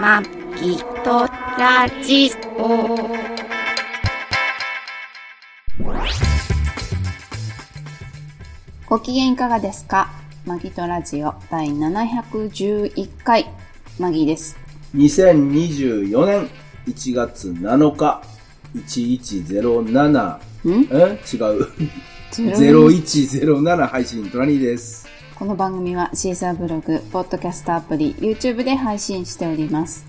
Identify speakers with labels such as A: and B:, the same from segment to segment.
A: まきとラジオ。
B: ご機嫌いかがですかマギトラジオ第711回、マギです。
C: 2024年1月7日1107
B: ん
C: え違う
B: ?01。
C: 0107配信トラニーです
B: この番組はシーサーブログ、ポッドキャストアプリ、YouTube で配信しております。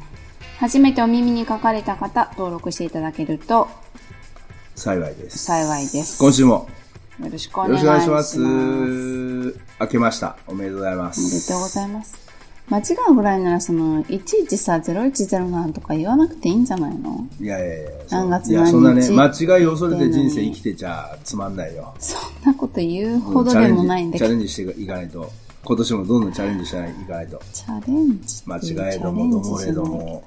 B: 初めてお耳に書かれた方、登録していただけると
C: 幸いです
B: 幸いです
C: 今週も
B: よろしくお
C: よろ
B: 願い
C: し
B: し
C: くお願
B: ま
C: い
B: す。
C: します明けましたおめでとうございま
B: おめですとうございます。間違うぐらいなら、その、いちいちさ、0107とか言わなくていいんじゃないの
C: いやいやいや
B: 何月
C: いや
B: 何日
C: そんなね間違いを恐れて人生生きてちゃつまんないよ
B: そんなこと言うほどでもないんだ
C: チ
B: け
C: ャレ
B: ど、
C: ンジチャレンジしていかないと今年もどんどんチャレンジしていかないと
B: チャレンジ
C: 間
B: っていう
C: 違え
B: チャ
C: ど
B: レ
C: もど
B: ンジ
C: も
B: じ
C: れ
B: ゃな
C: ど
B: い
C: も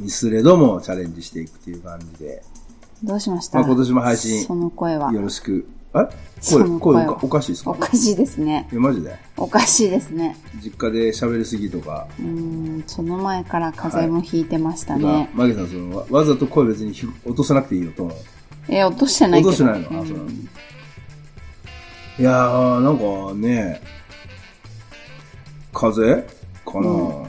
C: ミスれどもチャレンジしていくっていう感じで
B: どうしました、
C: まあ今年も配信
B: その声は
C: よ。ろしくえ
B: そ
C: 声
B: の声
C: 声
B: は
C: おかおかしいです
B: お
C: か
B: かしいですね。
C: えマジで
B: おかしいですね。
C: 実家で喋りすぎとか
B: うーん、その前から風邪もひいてましたね。
C: まあマギさんそのわわざと声別にひ落とさなくていいよと思う
B: え、落としてない
C: 落
B: けど。
C: としてないのあそうなのいやーなんかね風邪かなうん、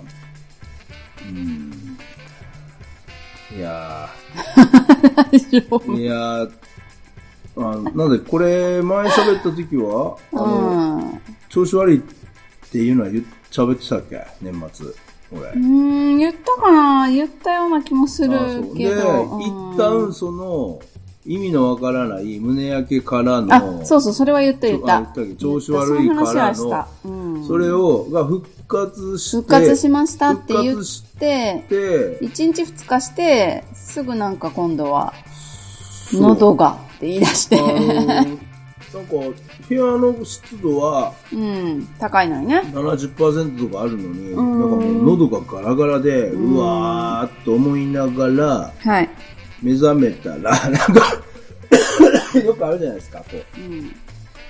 C: いやー
B: 大丈夫
C: いやー、あなんで、これ、前喋った時は、あ
B: う
C: の、
B: ん。
C: 調子悪いっていうのは言っ喋ってたっけ年末、俺。
B: うーん、言ったかな言ったような気もする
C: あそう
B: け
C: で、
B: ど。
C: 一旦、その、意味のわからない胸焼けからの、
B: あ、そうそう、それは言った言っ
C: あ
B: た。
C: 言ったっけ調子悪いか
B: そ
C: ら
B: ういう話は
C: の、
B: した。うん。
C: それを、が復活して、
B: 復活しましたって言っ、
C: 復活してて、
B: 1日2日して、すぐなんか今度は、
C: う
B: 喉がって言い出し
C: あ
B: て。
C: のなんか、部屋の湿度は、
B: うん、高いのにね。
C: 70%とかあるのに、なんか
B: ん
C: もう喉がガラガラで、うわーっと思いながら、
B: はい。
C: 目覚めたら、 なんか、よくあるじゃないですか、こう。
B: うん。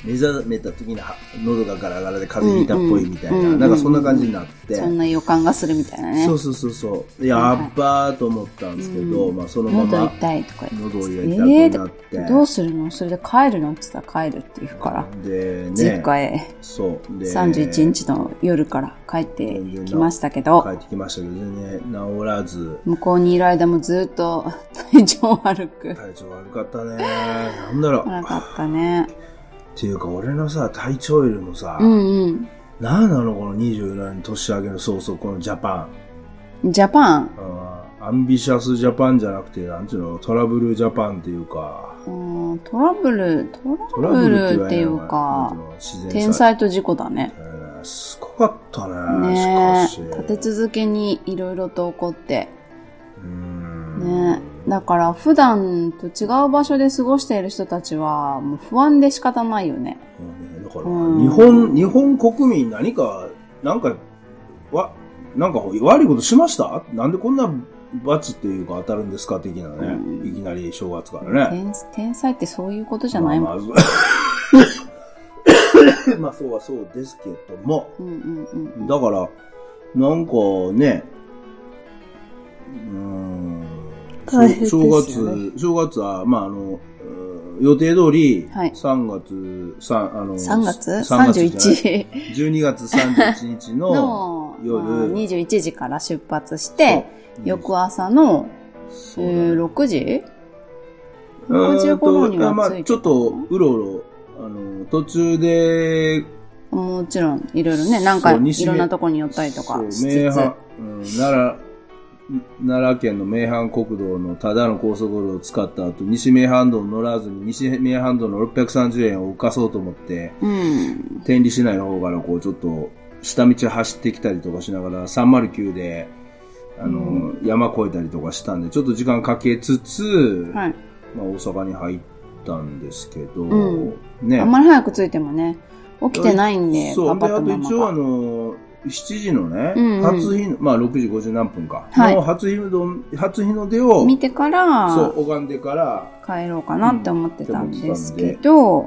C: 目覚めた時には喉がガラガラで風邪ひいたっぽいみたいな、
B: うんうん
C: なんかそんな感じになって、
B: そんな予感がするみたいなね。
C: そうそうそうそう、やっばーと思ったんですけど、まあそのま
B: 喉
C: ま
B: 痛いとか言って。
C: 喉を痛
B: え
C: くなって、
B: ー、どうするのそれで帰るのって言ったら帰るって言うから。
C: でね
B: 実、家へ
C: そう、で、
B: 31日の夜から帰ってきましたけど、
C: 帰ってきましたけどね、治らず、
B: 向こうにいる間もずっと体調悪く。
C: 体調悪かったね。なんだろう。
B: なかったね。
C: っていうか、俺のさ、体調よりもさ、
B: うん
C: なんなのこの27年年明けの早々、このジャパン。
B: うん。ジャパン。
C: あーアンビシャスジャパンじゃなくて、なんていうの、トラブルジャパンっていうか、
B: うんトラブル、ト
C: ト
B: ラ
C: ラ
B: ブ
C: ブ
B: ル
C: ル
B: っ
C: ってて
B: い
C: 言
B: う
C: わな
B: か
C: いの、自然災
B: 天才と事故だね。
C: えーすごかったね。
B: ね
C: し
B: え。
C: かし。
B: 立て続けにいろいろと起こって。
C: うーん
B: ねだから普段と違う場所で過ごしている人たちはもう不安で仕方ないよね。
C: うんだから、
B: うん
C: 日本、日本国民何か、なんか、わ、なんか悪いことしましたなんでこんな罰っていうか当たるんですか的なね。
B: うん
C: いきなり正月からね。
B: 天天才ってそういうことじゃないもん。
C: まあ、まあまあそうは そうですけども。
B: うんうんうん。
C: だから、なんかね、うーん、
B: 大変ですよね
C: 正月、正月は、まああの、うん予定通り、
B: はい
C: 3月、三あの
B: 3月
C: 3月じゃない
B: ?31
C: 12月31日 の
B: の
C: 夜
B: まあ21時から出発して、
C: そう
B: 翌朝のえ
C: そう
B: ー6時
C: うーん
B: 5
C: と
B: 時頃には
C: ま
B: 着いて
C: あちょっとうろうろあの途中で
B: もちろんいろいろね、なんか
C: そう西
B: い
C: 目
B: ろんなとこに寄ったりとかし
C: そう名
B: つつ。
C: 阪、うん、奈良奈良県の名阪国道のただの高速道路を使った後西名阪道に乗らずに西名阪道の630円を浮かそうと思って
B: うん。
C: 天理市内の方からこうちょっと下道走ってきたりとかしながら309であの、
B: う
C: 山越えたりとかしたんでちょっと時間かけつつ、
B: はい。
C: まあ、大阪に入ったんですけど、
B: うん
C: ね
B: あんまり早く着いてもね、起きてないんで、
C: そう、で、
B: パパ
C: あ
B: と
C: と
B: ママ
C: 一応あ
B: が。
C: の、7時のね、
B: うんうん
C: 初日の、まあ6時50何分か、
B: はい
C: の初日の出初日の出を、
B: 見てから、
C: そう、拝んでから、
B: 帰ろうかなって思ってたんですけど、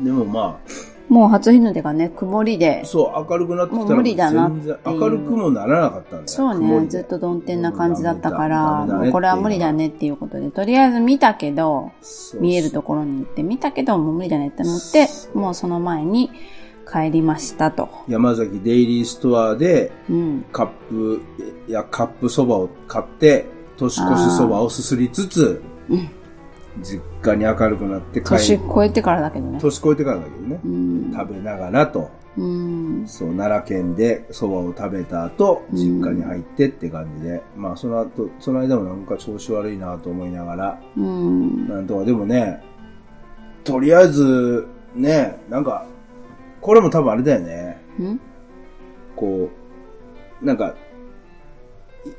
C: でもまあ、
B: もう初日の出がね、曇りで、
C: そう、明るくなってきた
B: もう
C: ら
B: 無理だな
C: 全然
B: っていう
C: 明るくもならなかったんだよ。
B: そう
C: 曇り
B: ね、
C: で
B: ずっと曇天な感じだったか
C: う
B: ら、
C: んダメだね
B: もうこれは無理だねっていうことで、とりあえず見たけど、
C: そう
B: 見えるところに行って、見たけどもう無理だねって思って、もうその前に帰りましたと。
C: 山崎デイリーストアで
B: うん。
C: カップ、いや、カップそばを買って、年越しそばをすすりつつ、
B: うん
C: 実家に明るくなって帰
B: 年
C: り、
B: 超えてからだけどね。
C: 年越えてからだけどね
B: う、ん。
C: 食べながらと、
B: うん。
C: そう、奈良県でそばを食べた後、
B: うん
C: 実家に入ってって感じで、まあその後、その間もなんか調子悪いなと思いながら、
B: うん。
C: なんとかでもね、とりあえず、ね、なんか、これも多分あれだよね。
B: うん
C: こう、なんか、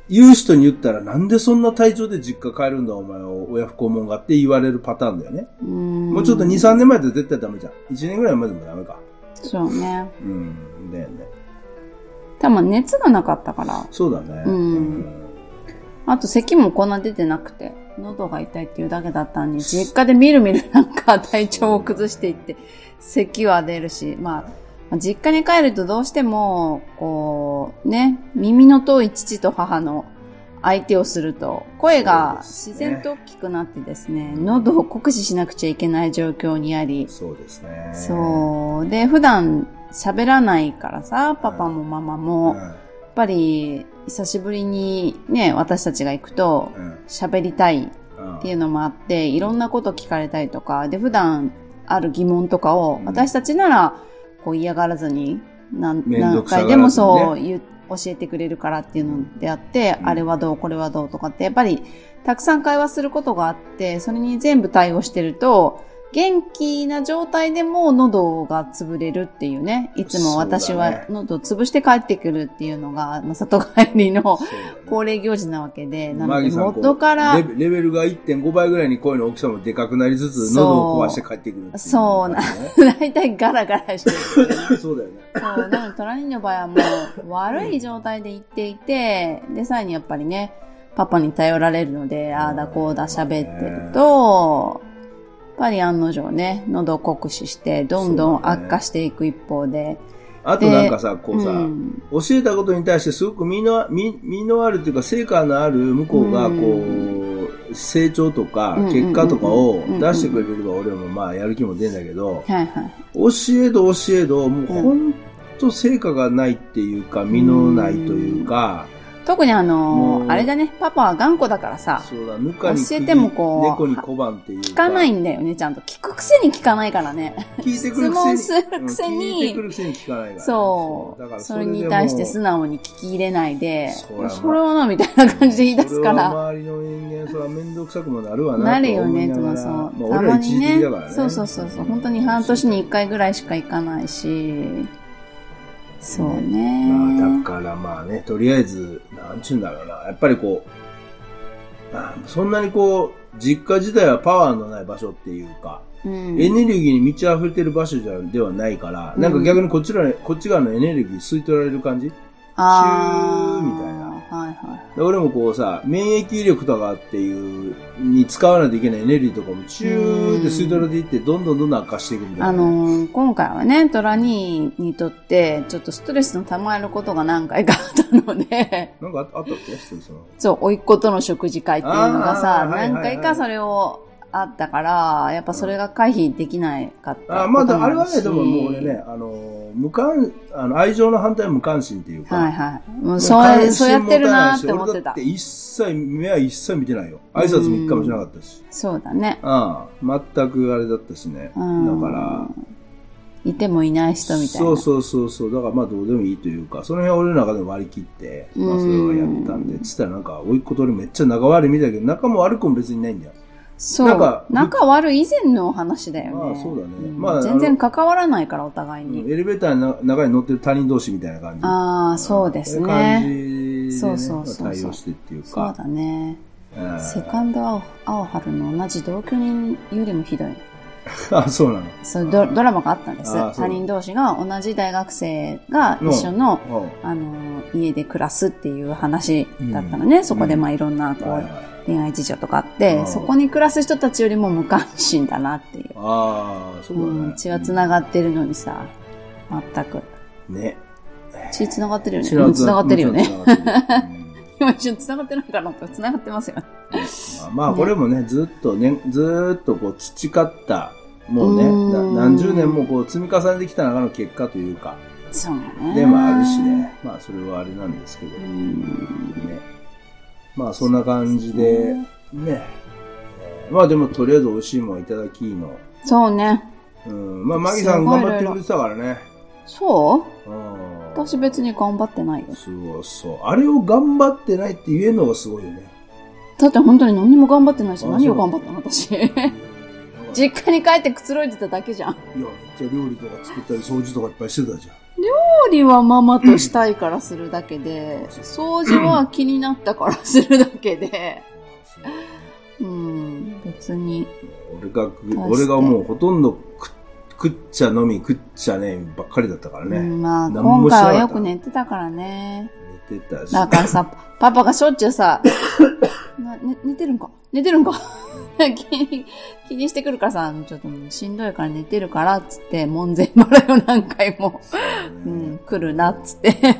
C: い言う人に言ったらなんでそんな体調で実家帰るんだお前を親不孝者がって言われるパターンだよね。
B: うん。
C: もうちょっと2、3年前だと絶対ダメじゃん。1年ぐらい前でもダメか。
B: そうね。
C: うん、だよね。
B: 多分熱がなかったから、
C: そうだね。
B: うんあと咳もこんな出てなくて、喉が痛いっていうだけだったのに、実家でみるみるなんか体調を崩していって、咳は出るし、まあ、実家に帰るとどうしても、こう、ね、耳の遠い父と母の相手をすると、声が自然と大きくなってですね、喉を酷使しなくちゃいけない状況にあり、
C: そうですね。
B: そう。で、普段喋らないからさ、パパもママ
C: う
B: も、
C: ん。
B: やっぱり久しぶりにね、私たちが行くと
C: うん。
B: 喋りたいっ
C: うん。
B: ていうのもあって、いろんなこと聞かれたりとか、で、普段ある疑問とかを
C: うん
B: 私たちならこう嫌がらずに何
C: 面倒
B: 何
C: くさが
B: 回
C: らずにね
B: でもそう言う教えてくれるからっていうのであって、
C: うん
B: あれはどう、これはどうとかって、やっぱりたくさん会話することがあって、それに全部対応してると、元気な状態でも喉が潰れるっていうね、いつも私
C: そうだね
B: は喉を潰して帰ってくるっていうのが、まあ、里帰りの
C: そうだね
B: 恒例行事なわけで、なの
C: マギ
B: で
C: さんこう
B: 元から
C: レ、ベレベルが1.5倍ぐらいに声の大きさもでかくなりつつ、
B: そう
C: 喉を壊して帰ってくるってい
B: そうな
C: 感じだね
B: 大体ガラガラしてる。
C: そうだよね。
B: そう、なので、トラニーの場合はもう、悪い状態で行っていて、で、さらにやっぱりね、パパに頼られるので、ああだこうだ喋ってると、やっぱり案の定ね、喉を酷使して、どんどん悪化していく一方で、
C: あとなんかさ、こうさ、
B: うん、
C: 教えたことに対してすごく身の身身のあるというか成果のある向こうがこう、成長と
B: う
C: か
B: んうんうんうん
C: 結果とかを出してくれれば俺もまあやる気も出るんだけど、
B: はいはい。
C: 教えど教えどもうほんと成果がないっていうか身のないというか、
B: 特にあ
C: も
B: の
C: う、
B: あれだね、パパは頑固だからさ、
C: そうだぬかに
B: 教えてもこう
C: 猫に小判っていうか
B: 聞かないんだよね、ちゃんと。聞くくせに聞かないからね。
C: 聞いてくるくせ
B: 質問
C: に
B: するくせに
C: うん聞いてくるくせに聞かないからね、
B: そう
C: だか。ら
B: そ
C: で
B: れ
C: も
B: に対して素直に聞き入れないで、
C: そりゃまあ
B: それはな、みたいな感じで言い出すか
C: それは
B: ら。
C: 周りの人間、それは面倒くさくもなるわな。
B: なるよね、
C: と
B: と
C: 思い
B: も
C: な
B: そ
C: がら
B: う。
C: まあ、俺ら一時的だからね。
B: そうそうそうそう。本当に半年に1回ぐらいしか行かないし。そうね。
C: まあ、だからまあね、とりあえず、なんちゅうんだろうな。やっぱりこう、まあそんなにこう、実家自体はパワーのない場所っていうか、
B: うん、
C: エネルギーに満ち溢れてる場所じゃではないから、なんか逆にこっちら、こっち側のエネルギー吸い取られる感じ
B: あー
C: シューみたいな
B: はいは
C: で俺もこうさ、免疫力とかっていう、に使わないといけないエネルギーとかもチューって吸い取られていって、どんどんどんどん悪化していくみたい
B: い。
C: な。
B: あのー今回はね、トラ兄にとって、ちょっとストレスの溜まることが何回かあったので、
C: なんかああったっけそれその
B: そう、甥いっ子との食事会っていうのが
C: あ
B: さ、
C: ーはいはいはい
B: 何回かそれをあったから、やっぱそれが回避できないかった。
C: あまあ、だあれはね、でももう俺ね、。あの、無関、あの、愛情の反対は無関心っていうか、
B: はいはい。もう
C: もう
B: そうや
C: 関心
B: そうやってるなーって
C: 持
B: 思ったて
C: ないし俺だったて。一切、目は一切見てないよ。挨拶も一回もしなかったし。
B: そうだね。
C: ああ、全くあれだったしね。だか
B: うん
C: ら、
B: いてもいない人みたいな。
C: そうそうそうそう。だからまあどうでもいいというか、その辺は俺の中でも割り切って、まあそれはやったんで、つったらなんか、甥いっ子と俺めっちゃ仲悪いみたいだけど、仲も悪くも別にないんだよ。
B: そう。
C: なんか
B: 仲悪い以前の話だよね。
C: ああそうだね
B: ん
C: まあ
B: 全然関わらないから、お互いに。
C: エレベーターの中に乗ってる他人同士みたいな感じ。
B: ああ、そうです
C: 感じ
B: ね。
C: で、ね、
B: そうそうそうそう
C: 対応してっていうか。
B: そうだね。
C: うん
B: セカンド青青春の同じ同居人よりもひどい。
C: あ、そうなの。
B: そうドドラマがあったんです。
C: あーそう
B: 他人同士が同じ大学生が一緒の、あの、家で暮らすっていう話だったのね。そこでまあいろんな、こう、
C: はいはい
B: 恋愛事情とかあって、
C: うん
B: そこに暮らす人たちよりも無関心だなっていう。
C: ああ、そうだ
B: う
C: ね
B: ん、。血は繋がってるのにさ、全く。
C: ね。
B: 血繋がってるよね。
C: 血は
B: うん繋がってるよね。。
C: 血は繋 がってるうん
B: 今一瞬繋がってないかなと繋がってますよね。
C: まあまあ、これもね、ずっとね、ずーっとこう培った、もうね、
B: うーん
C: な何十年もこう積み重ねてきた中の結果というか、
B: そうね。
C: でもあるし。ね、まあそれはあれなんですけど、
B: う
C: ね。
B: ん。
C: まあそんな感じで、ね。えーまあでもとりあえず美味しいもんいただきの。
B: そうね。
C: うん。まあマギさ
B: す
C: ん
B: ごい
C: 頑張ってくれてたからね。
B: そう
C: うん。
B: 私別に頑張ってないよ。
C: すごい、そう。あれを頑張ってないって言えるのがすごいよ ね。
B: だって本当に何も頑張ってないし、
C: あ
B: 何を
C: そ
B: 頑
C: う
B: 張ったの 私。
C: なんか
B: 実家に帰ってくつろいでただけじゃん。
C: いや、めっちゃ料理とか作ったり掃除とかいっぱいしてたじゃん。
B: 料理はママとしたいからするだけで、掃除は気になったからするだけで、
C: すごい
B: うん、別に。
C: 俺が食う、
B: 確かに
C: 俺がもうほとんど食食っちゃ飲み食っちゃねばっかりだったから
B: う
C: ね。
B: んまあ、
C: 何も
B: 今回
C: しなかった
B: はよく寝てたからね。
C: 寝てたし。
B: だから さ、パパがしょっちゅう さ、なね、寝てるんか寝てるんか 気に気にしてくるからさ、ちょっともうしんどいから寝てるからっつって、門前払いを何回も、
C: そうだね
B: うん、来るなっつって。
C: そう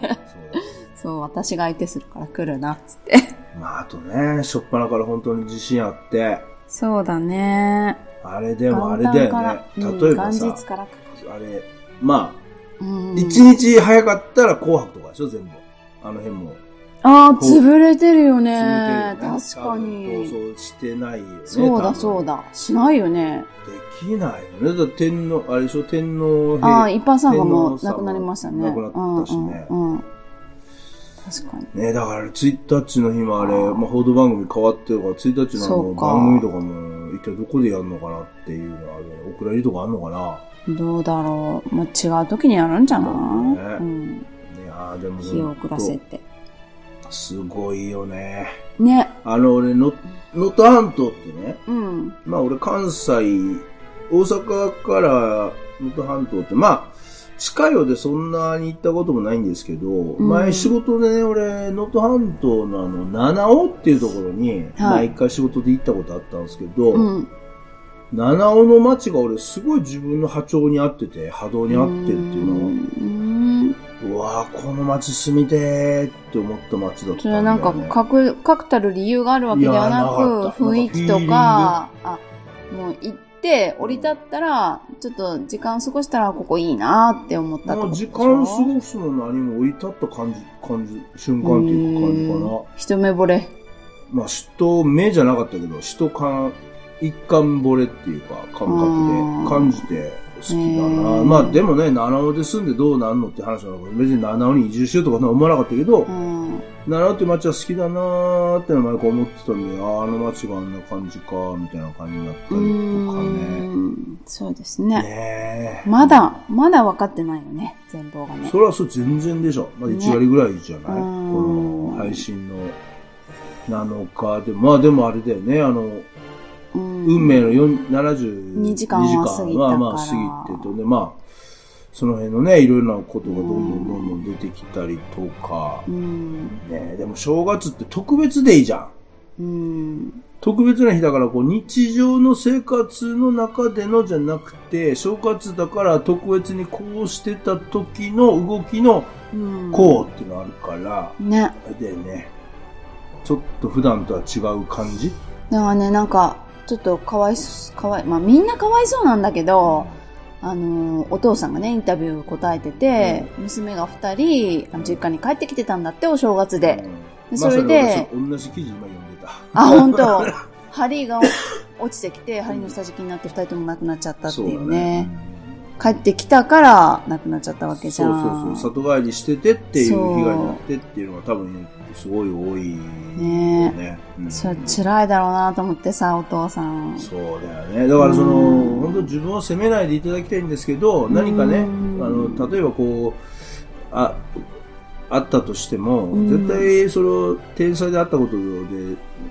B: そう、私が相手するから来るなっつって。
C: まあ、あとね、しょっぱなから本当に自信あって、
B: そうだね。
C: あれでもあれだよね。
B: 元旦から
C: 例えば
B: うん
C: さ
B: 元日、からか。
C: あれ、ま
B: うん
C: あ、一日早かったら紅白とかでしょ、全部。あの辺も。
B: ああ、潰れてるよね。
C: 決めてるよね
B: 確か
C: 多分
B: に。
C: 放送してないよね。
B: そうだそう
C: だ。
B: だ。しないよね。
C: できないよね。だって天皇、あれでしょ、天皇陛
B: ああ、一般参加も
C: 天
B: な
C: 皇
B: く
C: 様
B: なりましたね。
C: 亡くなったしね
B: うんうんうん。確かに。
C: ねだから、ツイッターっちの日もあれ、
B: あー
C: まあ、報道番組変わってるから、ツイッターっちのあ
B: そ
C: の
B: うか
C: 番組とかも、一体どこでやるのかなっていうのはあるよね。お蔵入りとかあんのかな
B: どうだろう。もう違う時にやるんじゃない、。
C: そううんねあーでも、
B: 日を遅らせて。
C: すごいよね。
B: ね。
C: あの、俺、の能登半島ってね、
B: うん。
C: まあ、俺、関西、大阪から能登半島って、まあ、近いようでそんなに行ったこともないんですけど、
B: ん
C: 前仕事でね、俺、能登半島のあの、七尾っていうところに、
B: はい
C: 毎回仕事で行ったことあったんですけど、
B: うん。
C: 七尾の町が俺すごい自分の波長に合ってて、波動に合ってるっていうのを、
B: うん
C: うわぁ、この町住みてーって思った町だったんだよ、ね。
B: それはなんか確確たる理由があるわけではない
C: やなかった
B: く、雰囲気とか、あ、もう行って、降り立ったら、ちょっと時間過ごしたらここいいなって思ったってこ
C: も
B: と
C: う
B: でし
C: 時
B: ょ
C: 間過ごすも何も追い立った感じ、感じ、瞬間っていう感じか
B: う
C: な。
B: ん一目惚れ。
C: まあ、人、目じゃなかったけど、人感、一貫惚れっていうか、感
B: うん
C: 覚で感じて好きだ
B: う
C: な。
B: ん
C: まあ、でもね、七尾で住んでどうなんのって話なのか、別に七尾に移住しようとか思わなかったけ
B: う
C: ど、
B: ん。
C: 奈良って街は好きだなーってのは前から思ってたんで、ああ、あの街があんな感じかーみたいな感じになったりと
B: う
C: かね。
B: ん。そうですね。
C: ねえ。
B: まだ、まだ分かってないよね、全貌がね
C: そ。れはそう全然でしょ。まだ1割ぐらいじゃない、
B: ね
C: この配信の7日で。まあでもあれだよね、あの、
B: うん
C: 運命の4 72
B: 2時間は過ぎたから
C: まあまあ過ぎてとね、まあ、その辺のね、いろいろなことがどんどんどんどん出てきたりとか
B: う、ん。
C: ねえでも正月って特別でいいじゃ
B: う
C: ん。
B: ん。
C: 特別な日だから、こう、日常の生活の中でのじゃなくて、正月だから特別にこうしてた時の動きの
B: うん。
C: こうっていうのあるから、
B: う。ね。
C: あれだよね。ちょっと普段とは違う感じ
B: だからね、なんか、ちょっとかわいそう、かわい、まあみんなかわいそうなんだけど、あの、お父さんがね、インタビュー答えてて、娘が二人、あの実家に帰ってきてたんだって、お正月
C: う
B: で。
C: ん
B: でそれで
C: まあ、それ同じ記事今読んでた。
B: あ、本当針が落ちてきて、針の下敷きになって二人とも亡くなっちゃったっていうね。帰ってきたから亡くなっちゃった
C: そうだね
B: わけじゃん。
C: そうそうそう。里帰りしててっていう
B: そう
C: 被害になってっていうのが多分すごい多いよ
B: ね
C: ね。うん
B: それ辛いだろうなと思ってさ、お父さん。
C: そうだよね。だからその、
B: うん
C: 本当自分を責めないでいただきたいんですけど、何かね、あ
B: うん
C: の、例えばこう、あ、あったとしても、
B: うん
C: 絶対その、天才であったことで、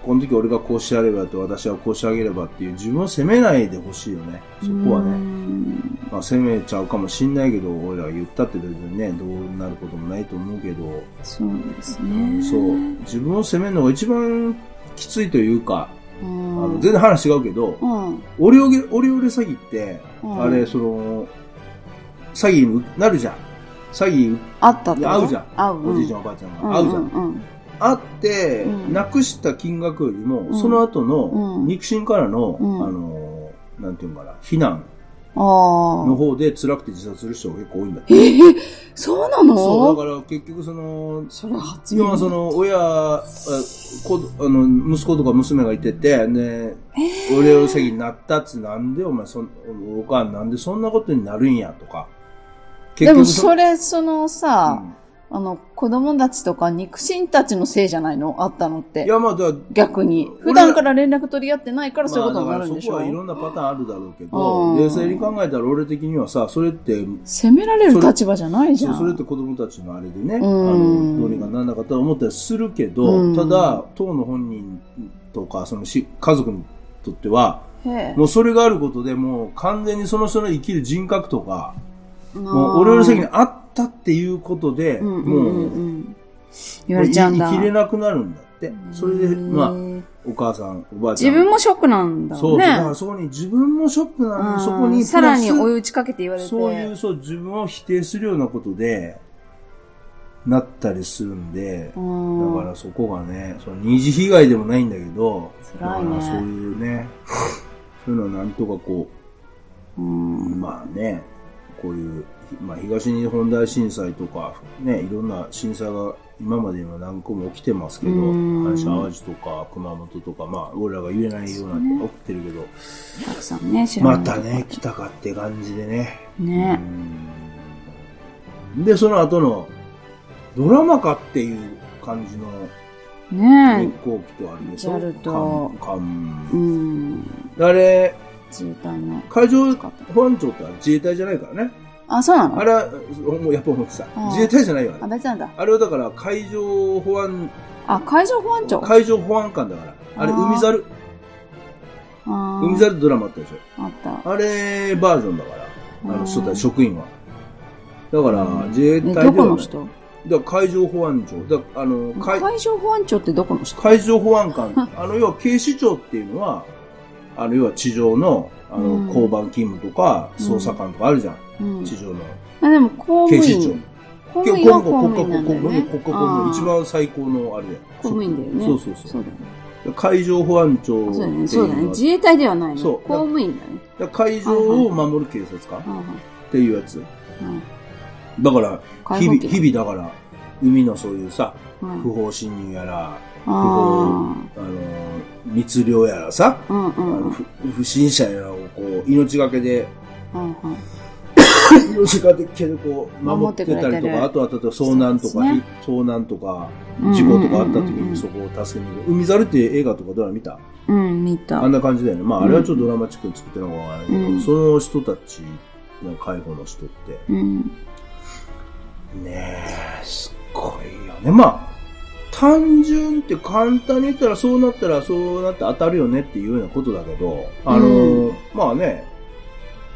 C: この時俺がこうしてやればと、私はこうしてあげればっていう、自分を責めないでほしいよね。そこは
B: う
C: ね。
B: ん
C: まあ、責めちゃうかもしんないけど、俺ら言ったって別にね、どうなることもないと思うけど、
B: そうです
C: うん
B: ね。
C: そう。自分を責めるのが一番きついというか、
B: う
C: あ
B: ん。
C: の全然話違うけど、
B: うん。
C: オレオレ、オレオレ詐欺って、
B: うん
C: あれ、その、詐欺になるじゃん。詐欺、
B: あったってこと
C: 会うじゃん
B: 会う。
C: おじいちゃ
B: ん。
C: んおばあちゃんが会うじゃん。
B: うん。
C: 会って、
B: うん
C: なくした金額よりも、
B: ん
C: その後
B: う
C: の
B: ん
C: 肉親からの、
B: うん
C: あの、なんていうんかな、避難の
B: ああ。
C: 方で辛くて自殺する人が結構多いんだって。
B: ええそうなの
C: そう、だから結局その、
B: それ初
C: 要はそ
B: 耳。
C: の、親、あ子あの息子とか娘がいてて、ね、俺を詐欺になったっつなんで、お前そん、おかんなんでそんなことになるんやとか。
B: でも
C: の
B: それ、そのさ
C: う、ん
B: あの、子供たちとか肉親たちのせいじゃないのあったのっ
C: い
B: て。
C: や、まあ、だから
B: 逆に。普
C: 俺
B: 段から連絡取り合ってないからそういうことになるんでし
C: ま
B: ょ、
C: あだからそこはいろんなパターンあるだろうけど、
B: うん
C: 冷静に考えたら俺的にはさ、それって、
B: 責められる立場じゃないじ
C: そ
B: ゃ。
C: うんそれって子供たちのあれでね、あ
B: ん
C: のどうにかならなかったと思ったりするけど、
B: うん
C: ただ、当の本人とか、そのし家族にとっては、
B: へえ
C: もうそれがあることでもう完全にその人の生きる人格とか、もう
B: あー
C: 俺の責任あったっていうことで、
B: うんうん
C: も
B: うん
C: う、
B: うん。言われちゃうんだ。
C: 生きれなくなるんだって。それで、
B: へ
C: まあ、
B: え
C: お母さん、おばあちゃ
B: 自
C: ん。
B: 分もショックなんだ
C: そ
B: ろ
C: う、
B: うね。
C: だからそこに自分もショックなの
B: う
C: に、
B: ん
C: そこに、
B: さらに追い打ちかけて言われて。
C: そういう、そう、自分を否定するようなことで、なったりするんで、
B: う
C: だ
B: ん。
C: からそこがね、その二次被害でもないんだけど、
B: 辛いね
C: だからそういうね、 そういうのをなんとかこ
B: う
C: う、
B: ん
C: まあね、こういう、まあ東日本大震災とか、ね、いろんな震災が今までにも何個も起きてますけど、
B: うん
C: 阪神淡路とか熊本とか、まあ俺らが言えないよう
B: そう
C: な
B: ね
C: 起きてるけど、
B: たくさんね、知らな
C: ま
B: い
C: たね、来たかって感じでね。
B: ね。
C: うんで、その後の、ドラマ化っていう感じの、日
B: ね
C: 光機とあれでしょ
B: やると
C: かん
B: う
C: かん
B: ん。
C: あれ、
B: 自衛隊の。
C: 海上保安庁って自衛隊じゃないからね。
B: あ、そうなの
C: あれは、もうやっぱ思ってた
B: あ。あ
C: 自衛隊じゃないよ、あ
B: あ、
C: れ。
B: 別なんだ。
C: あれはだから海上保安、
B: あ、海上保安庁。
C: 海上保安官だから。あれ、
B: あー
C: 海猿。
B: あー
C: 海猿ドラマあったでしょ。
B: あった。
C: あれバージョンだから。あの人たち、職員は。だから、
B: うん
C: 自衛
B: え、
C: 隊で
B: どこ
C: は
B: の
C: ない。
B: 人
C: だから海上保安庁。だあの、海
B: 海上保安庁ってどこの人
C: 海上保 安官、あの、要は警視庁っていうのは、あの、要は地上の、あの、
B: うん
C: 交番勤務とか、
B: うん
C: 捜査官とかあるじゃん。
B: うん。
C: 地上の
B: あ、でも公務
C: 警視庁
B: 員。。公務員は公務員なんだよ
C: 国家
B: ね。
C: 国家公務員、一
B: あー
C: 番最高のあれだよ。
B: 公務員だよね。
C: そうそう
B: そ
C: そう
B: うだよね。
C: 海上保安庁って
B: そうだよ
C: い
B: ね。そうだね。
C: うの
B: 自衛隊ではないの。
C: そう
B: 公務員だよね。
C: が、海上を守る警察官
B: うんうん
C: っていうやつ。
B: うん
C: だから、
B: 海
C: 日
B: 軍
C: 々、
B: 機だ
C: 日々だから、海のそういうさ、
B: うん
C: 不法侵入やら、不法
B: あ、
C: あの、密漁やらさ、
B: あ。うんう
C: あ
B: んう
C: の
B: ん。
C: 不不審者やらをこう、命がけで
B: うんうん
C: 命がけでこう守
B: 守
C: っ
B: ってて
C: た
B: くれてる
C: りとか、あとは例えば遭難と
B: そ
C: か、
B: うです
C: ひ
B: ね
C: 遭難とか
B: うんうんうんうん
C: 事故とかあった時にそこを助けに行く。海猿って映画とかドラマ見た
B: うん、見た。
C: あんな感じだよね。まあ
B: うん
C: あれはちょっとドラマチックに作ってるのかわからないけど、
B: うん
C: その人たちの介護の人って、
B: うん。
C: ねえ、すっごいよね。まあ、単純って簡単に言ったらそうなったらそうなって当たるよねっていうようなことだけど、あの、
B: う
C: まあね、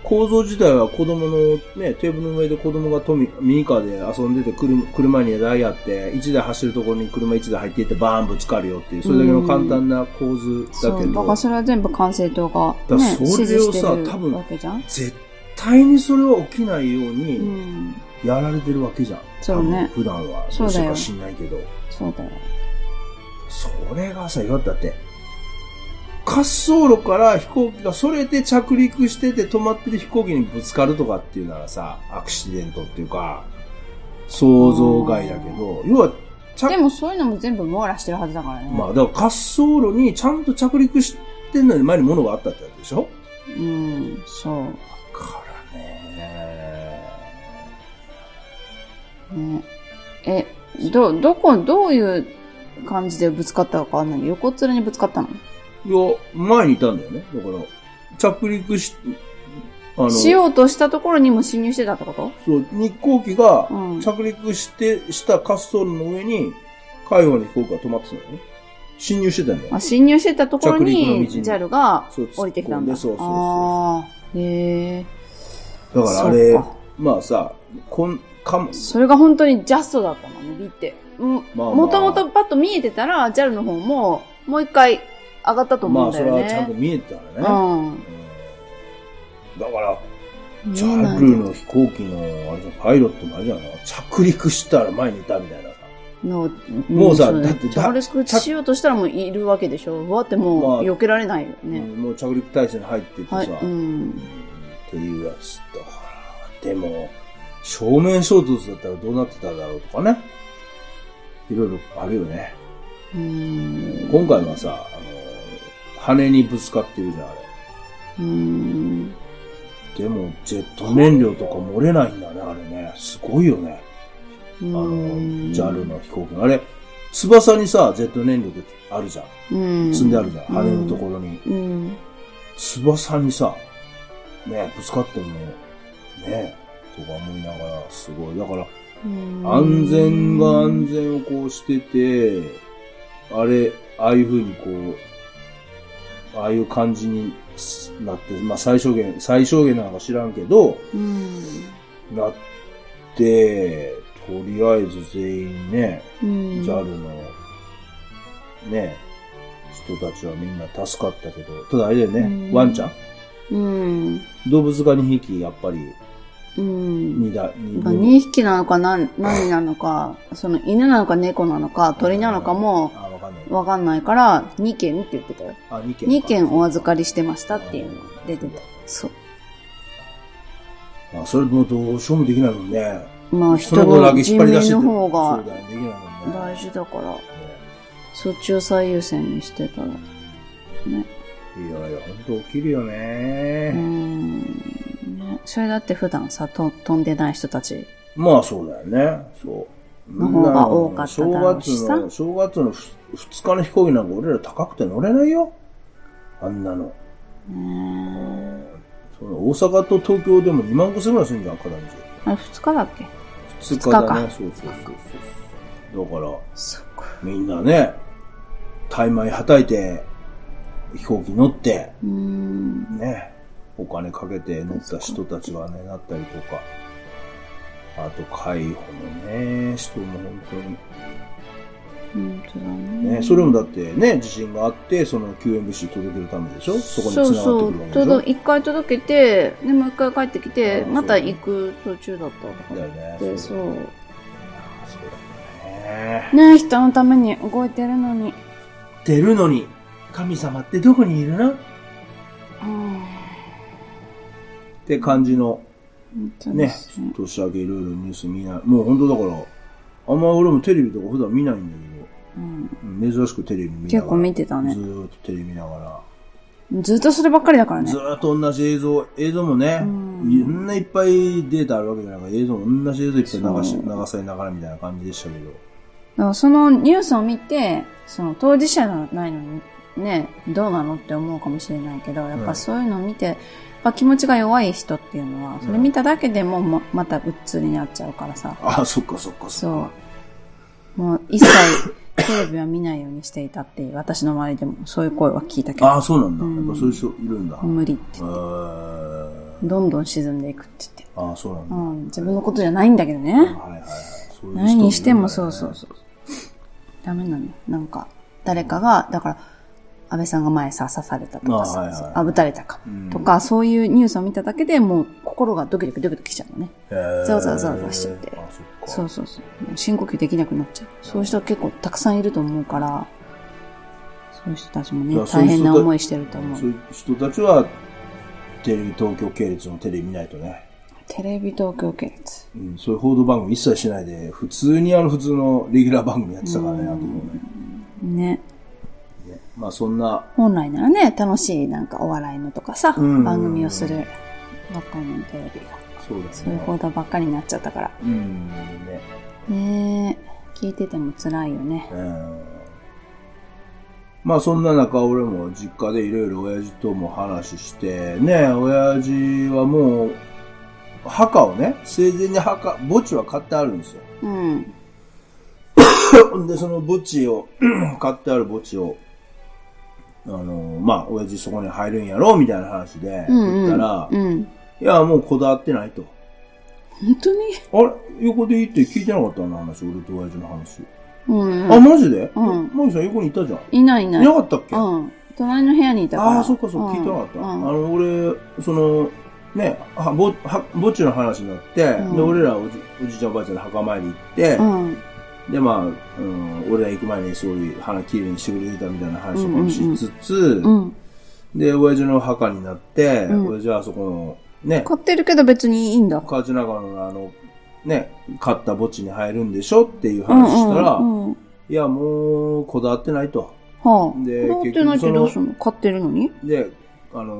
C: 構造自体は子供のね、テーブルの上で子供がトミミニカーで遊んでて車車に台あって、1台走るところに車1台入っていってバーンぶつかるよっていう、それだけの簡単な構図だ
B: そ
C: け
B: う。だ
C: ど、
B: からそれは全部管制塔が、
C: だから
B: ね、
C: それをさ
B: 指示してる
C: 多分
B: わけじゃん。
C: 絶対にそれは起きないよう
B: う
C: に
B: ん。
C: やられてるわけじゃん。
B: そうね
C: 多分普段は。
B: そうだよ
C: か知んないけど。
B: そうだよ。
C: それがさ、よだって、滑走路から飛行機がそれて着陸してて止まってる飛行機にぶつかるとかっていうならさ、アクシデントっていうか、想像外だけど、要は、着
B: でもそういうのも全部網羅してるはずだからね。
C: まあ、だから滑走路にちゃんと着陸してんのに前に物があったってやつでしょ
B: うん、そう。
C: だからね、
B: ね、え、ど、どこ、どういう感じでぶつかったのかわかんない。横っ面にぶつかったの
C: いや、前にいたんだよね。だから、着陸し、あの、
B: しようとしたところにも侵入してたってこと
C: そう、日航機が
B: うん
C: 着陸して、した滑走路の上に、海洋の飛行機が止まってたんだよね。侵入してたんだよ
B: あ。侵入してたところ
C: 着陸の
B: に、
C: 道に
B: JAL が
C: そう突っ込んで
B: 降りてきたんだ。
C: そうそうそう
B: ああ、へえ。
C: だからあれ
B: そっか、
C: まあさ、こん、かも、
B: それが本当にジャストだったのね、ビって。うん
C: まあまあ
B: もともとパッと見えてたら、JAL の方も、もう一回上がったと思う
C: ま
B: ん
C: あ、
B: だ
C: それ
B: よね。
C: はちゃんと見えてたからね。うんだから、
B: うん。
C: ジャグルの飛行機の、あれじゃんパイロットもあれじゃない着陸したら前にいたみたいなさ。
B: の
C: もうさ
B: ん
C: だってだ
B: 着陸しようとしたらもういるわけでしょ。うわって
C: ま
B: も
C: あ
B: う避けられないよね。
C: もう着陸体制に入っててさ、
B: はい。う
C: うんっ
B: ん。
C: ていうやつだから、でも、正面衝突だったらどうなってただろうとかね。いろいろあるよね。
B: うん。
C: 今回はさ、あの、羽にぶつかってるじゃん、あ
B: うん。
C: れ。でも、ジェット燃料とか漏れないんだね、あれね。すごいよね。
B: あ
C: あの、JAL の飛行機の。あれ、翼にさ、ジェット燃料ってあるじゃん。積んであるじゃん、羽のところに。
B: うん。
C: 翼にさ、ね、ぶつかっても、ね、とか思いながら、すごい。だから、
B: うん
C: 安全が安全をこうしてて、あれ、ああいう風にこう、ああいう感じになって、まあ最小限、最小限なのか知らんけど、
B: うん。
C: なって、とりあえず全員ね、
B: うん
C: JAL の、ね、人たちはみんな助かったけど、ただあれだよね、
B: うん
C: ワンちゃん
B: うん。
C: 動物が2匹、やっぱり、
B: うん。
C: 2だ、二
B: まあ2匹なのか何何なのか、その犬なのか猫なのか鳥なのかも
C: あ、わかんない。
B: わかんないから、2件って言ってたよ。
C: あ、2件。
B: 2件お預かりしてましたっていうのが出てた。そう。
C: まあ、それもどうしようもできないもんね。
B: まあ人
C: その
B: が
C: だけ引
B: 人
C: っ張り出
B: 命
C: して
B: の
C: て
B: 方
C: そ
B: が
C: うだよ、できないもんね。
B: 大事だから、
C: ね
B: そっちを最優先にしてたら。
C: いやいや、ほんと起きるよ
B: うー
C: ね。
B: ん。ねそれだって普段さ、と飛んでない人たち。
C: まあ、そうだよね。そう。
B: の方が多かっただろうしさ
C: 正月の、正月のふ2日の飛行機なんか俺ら高くて乗れないよ。あんなの。
B: ね
C: その大阪と東京でも2万5千ぐらいするんじゃん、片道。
B: あれ2日だっけ
C: 2日
B: 二
C: だ
B: 日
C: ね。
B: か
C: そうそうそうそう。だから、
B: そっか。
C: みんなね、大枚はたいて、飛行機乗って、
B: うーん。
C: ね、お金かけて乗った人たちがね、なったりとか、あと、海保のね、人も本当
B: 本当だ
C: に、
B: ね。
C: ね、それもだってね、地震があって、その救援物資届けるためでしょそこに
B: そう
C: 繋がって
B: そ
C: く
B: う
C: るわけでしょ
B: 届一回届けてでもう一回帰ってきて
C: うん
B: また行く途中だったとか
C: だよ
B: っ
C: ね。
B: てそ
C: そう
B: う
C: だね。
B: ねえ人のために動いてるのに
C: 出るのに、神様ってどこにいるなっ
B: うん
C: て感じの、
B: 本当で
C: ね
B: すね、
C: 年明けいろいろニュース見ない。もう本当だから、あんま俺もテレビとか普段見ないんだ
B: うん
C: けどうん、珍しくテレビ見ながら。
B: 結構見てた
C: ず
B: ね
C: ーっとテレビ見なが
B: ずっとそればっかりだから
C: ら。
B: ね
C: ずーっと同じ映像、映像もね、
B: う
C: い
B: ん
C: んないっぱいデータあるわけじゃないから、映像も同じ映像いっぱい流し、
B: そう
C: 流されながらみたいな感じでしたけど。
B: だからそのニュースを見てその当事者じゃないのにねどうなのって思うかもしれないけどやっ
C: う
B: ぱ
C: ん
B: そういうのを見て、やっぱ気持ちが弱い人っていうのはそれ見ただけでももうまたうっつりになっちゃうからさ、
C: ああ、そっかそっかそっか。
B: そう。もう一切テレビは見ないようにしていたっていう、私の周りでもそういう声は聞いたけど、
C: ああ、そうなんだ。
B: うん
C: やっぱそういう人いるんだ。
B: 無理っ
C: え
B: て。
C: ー
B: どんどん沈んでいくって言って。
C: ああ、そうなん
B: う
C: だ。
B: ん、自分のことじゃないんだけど
C: はい
B: ね。
C: はいはい。そういう人いるんだね
B: 何にしてもそうそうそう。ダメなの。なんか、誰かが、だから、安倍さんが前さ、刺されたとか
C: あはいはい
B: さ、
C: はい
B: あぶたれたか
C: うん。
B: とか、そういうニュースを見ただけでもう心がドキドキドキドキしちゃうのね。
C: へー。
B: ざわざわざわざわしちゃって
C: ああ、そっか。
B: そうそうそう。もう深呼吸できなくなっちゃう。そういう人結構たくさんいると思うから、そういう人たちも
C: い
B: ね
C: や、そう
B: 大
C: いう人た
B: 変な思いしてると
C: そ
B: 思
C: う
B: う。
C: いう人たちは、テレビ、東京系列のテレビ見ないとね。
B: テレビ東京系列。
C: うん、そういう報道番組一切しないで、普通にあの普通のレギュラー番組やってたからね、あ
B: うん
C: ともうね。
B: ね。
C: まあそんな、
B: 本来ならね、楽しいなんかお笑いのとかさ、
C: うん
B: 番組をするばっかりのテレビが。
C: そうだね。
B: そういう報道ばっかりになっちゃったから。
C: うん、ね。
B: ねえ、聞いてても辛いよね。
C: うん。まあそんな中、俺も実家でいろいろ親父とも話して、ね、親父はもう、墓をね、生前に墓、墓地は買ってあるんですよ。
B: うん。
C: で、その墓地を、 買ってある墓地を、あの、まあ、親父そこに入るんやろ、みたいな話で、
B: うん、うん。
C: 言ったら、
B: うん。
C: いや、もうこだわってないと。
B: 本当に
C: あれ横で言って聞いてなかったあの話、俺と親父の話。
B: うん、
C: あ、マジで
B: うん
C: マギさん横にいたじゃん。
B: いないいない
C: い。なかったっけ
B: うん。隣の部屋にいたから。
C: ああ、そっかそっか、聞いてなかった。
B: う
C: あ
B: ん
C: の、俺、その、ね、はぼ、は、ぼっちの話になって、
B: ん
C: で、俺らおじ、おじいちゃんおばあちゃんの墓参り行って、
B: うん。うん
C: で、まあ、うん、俺ら行く前にそういう花きれいにしてくれてたみたいな話とかもしつつ、
B: うん。
C: で、親父の墓になって、
B: うん
C: 親父はあそこの、ね、
B: 買ってるけど別にいいんだ。
C: 河内長野のあの、ね、買った墓地に入るんでしょっていう話したら、
B: うんうんうん。
C: いや、もう、こだわってないと。
B: はあ。
C: で
B: こだわってないってどうすんの買ってるのに
C: で、あの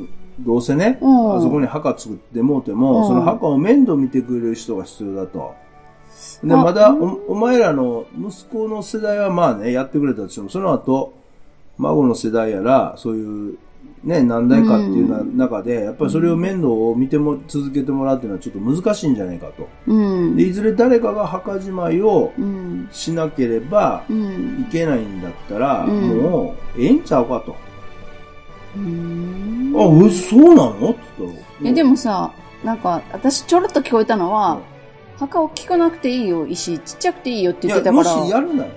C: ーどうせね、
B: うん
C: あそこに墓作ってもうても、
B: うん
C: その墓を面倒見てくれる人が必要だと。で、
B: あ
C: まだ
B: う
C: お、お前らの息子の世代はまあね、やってくれたとしても、その後、孫の世代やら、そういう、ね、何代かっていうな、
B: うん
C: 中で、やっぱりそれを面倒を見ても、続けてもらうっていうのはちょっと難しいんじゃないかと。
B: うん
C: で、。いずれ誰かが墓じまいを
B: うん。
C: しなければ
B: う、ん。
C: いけないんだったら、
B: うん
C: もう、ええんちゃうかと。
B: うん
C: あ、うそうなのって言ったら。
B: え、でもさ、なんか、私ちょろっと聞こえたのは、墓大きくなくていいよ、石。ちっちゃくていいよって
C: い
B: 言って
C: や、
B: たか
C: も
B: ら。
C: しやるなら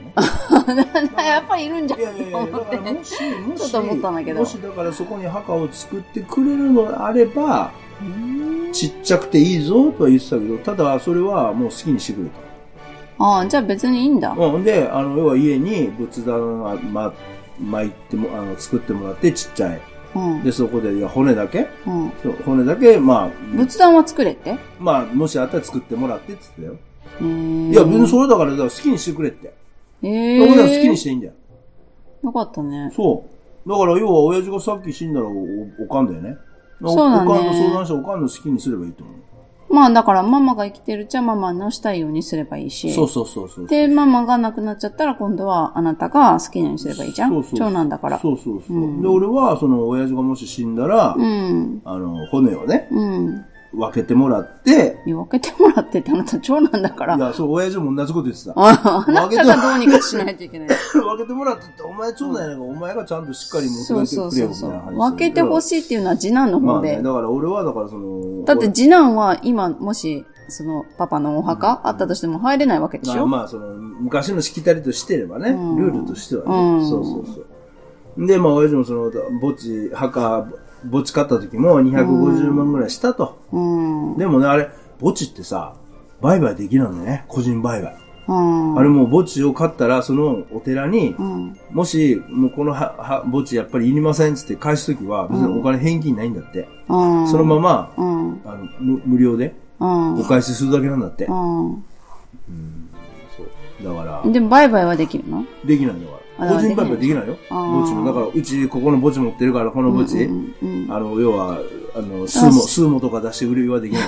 C: ね。
B: やっぱりいるんじゃ
C: いやいやいや、だ
B: と思っ
C: か
B: て
C: らもし、も
B: ちょっ
C: し、
B: と思ったんだけど
C: もしだからそこに墓を作ってくれるのであれば、
B: ん。
C: ちっちゃくていいぞとは言ってたけど、ただそれはもう好きにしてくれた。
B: ああ、じゃあ別にいいんだ。
C: うん、で、あの、要は家に仏壇が、ま、巻いても、あの、作ってもらってちっちゃい。
B: うん。
C: で、そこで、いや骨だけ
B: うん。
C: そう骨だけ、まあ、
B: 仏壇は作れって。
C: まあ、もしあったら作ってもらってって言って
B: えー
C: たよ。いや、別にそれだから、だから好きにしてくれって。
B: え
C: 俺は好きに
B: ー
C: し。ていいんだよ。
B: よかったね。
C: そう。だから要は親父がさっき死んだらおおおかんだよね。お
B: そうだね
C: おかんと相談しておかんの好きにすればいいと思う。
B: まあだからママが生きてるっちゃママのしたいようにすればいいし。
C: そうそうそうそう。
B: で、ママが亡くなっちゃったら今度はあなたが好きなようにすればいいじゃん。
C: そうそう
B: 長男だから。
C: そうそうそう。
B: うん
C: で、俺はその親父がもし死んだら、
B: うん。
C: あの、骨をね、
B: うん。
C: 分けてもらって、
B: いや分けてもらってってあなた長男だから。
C: い
B: あ
C: や、そう、親父も同じこと言ってた。
B: ああな
C: 分け
B: た
C: て
B: がどうにかしないといけない。
C: 分けてもらってって、お前長男やないか、お前がちゃんとしっかり
B: そ
C: 持っ
B: う
C: て帰
B: そ
C: っ
B: う
C: てくれ
B: そ
C: よ、
B: う
C: みた
B: そ
C: いうな話。。
B: 分けてほしいっていうのは次男の
C: ま
B: 方
C: あね、
B: で。
C: だから俺は、だからその、
B: だって次男は今もし、そのパパのお墓あったとしても入れないわけでし
C: まあ、
B: ょ
C: まあその昔のしきたりとしてればね、
B: うん
C: ルールとしてはね、
B: うん
C: そうそうそうでまあ親父もその墓地墓墓地買った時も250万ぐらいしたと、
B: うん。
C: でもねあれ墓地ってさ売買できるんだよね個人売買、
B: うん。
C: あれもう墓地を買ったらそのお寺に、
B: うん。
C: もしもうこのはは墓地やっぱりいりませんっつって返す時は別にお金返金ないんだって、
B: うん。
C: そのまま
B: うん。
C: あの無無料で
B: うん。
C: お返しするだけなんだって、
B: う
C: そうだから
B: ん。でも、売買はできるの
C: できないんだか
B: あ
C: ら。
B: だ
C: 個
B: から
C: 人売買できないよ。
B: あー
C: 墓地の。だから、うち、ここの墓地持ってるから、この墓地、
B: うんうんうん
C: あの、要は、あの、数も、
B: あ
C: 数もとか出して売りはできない。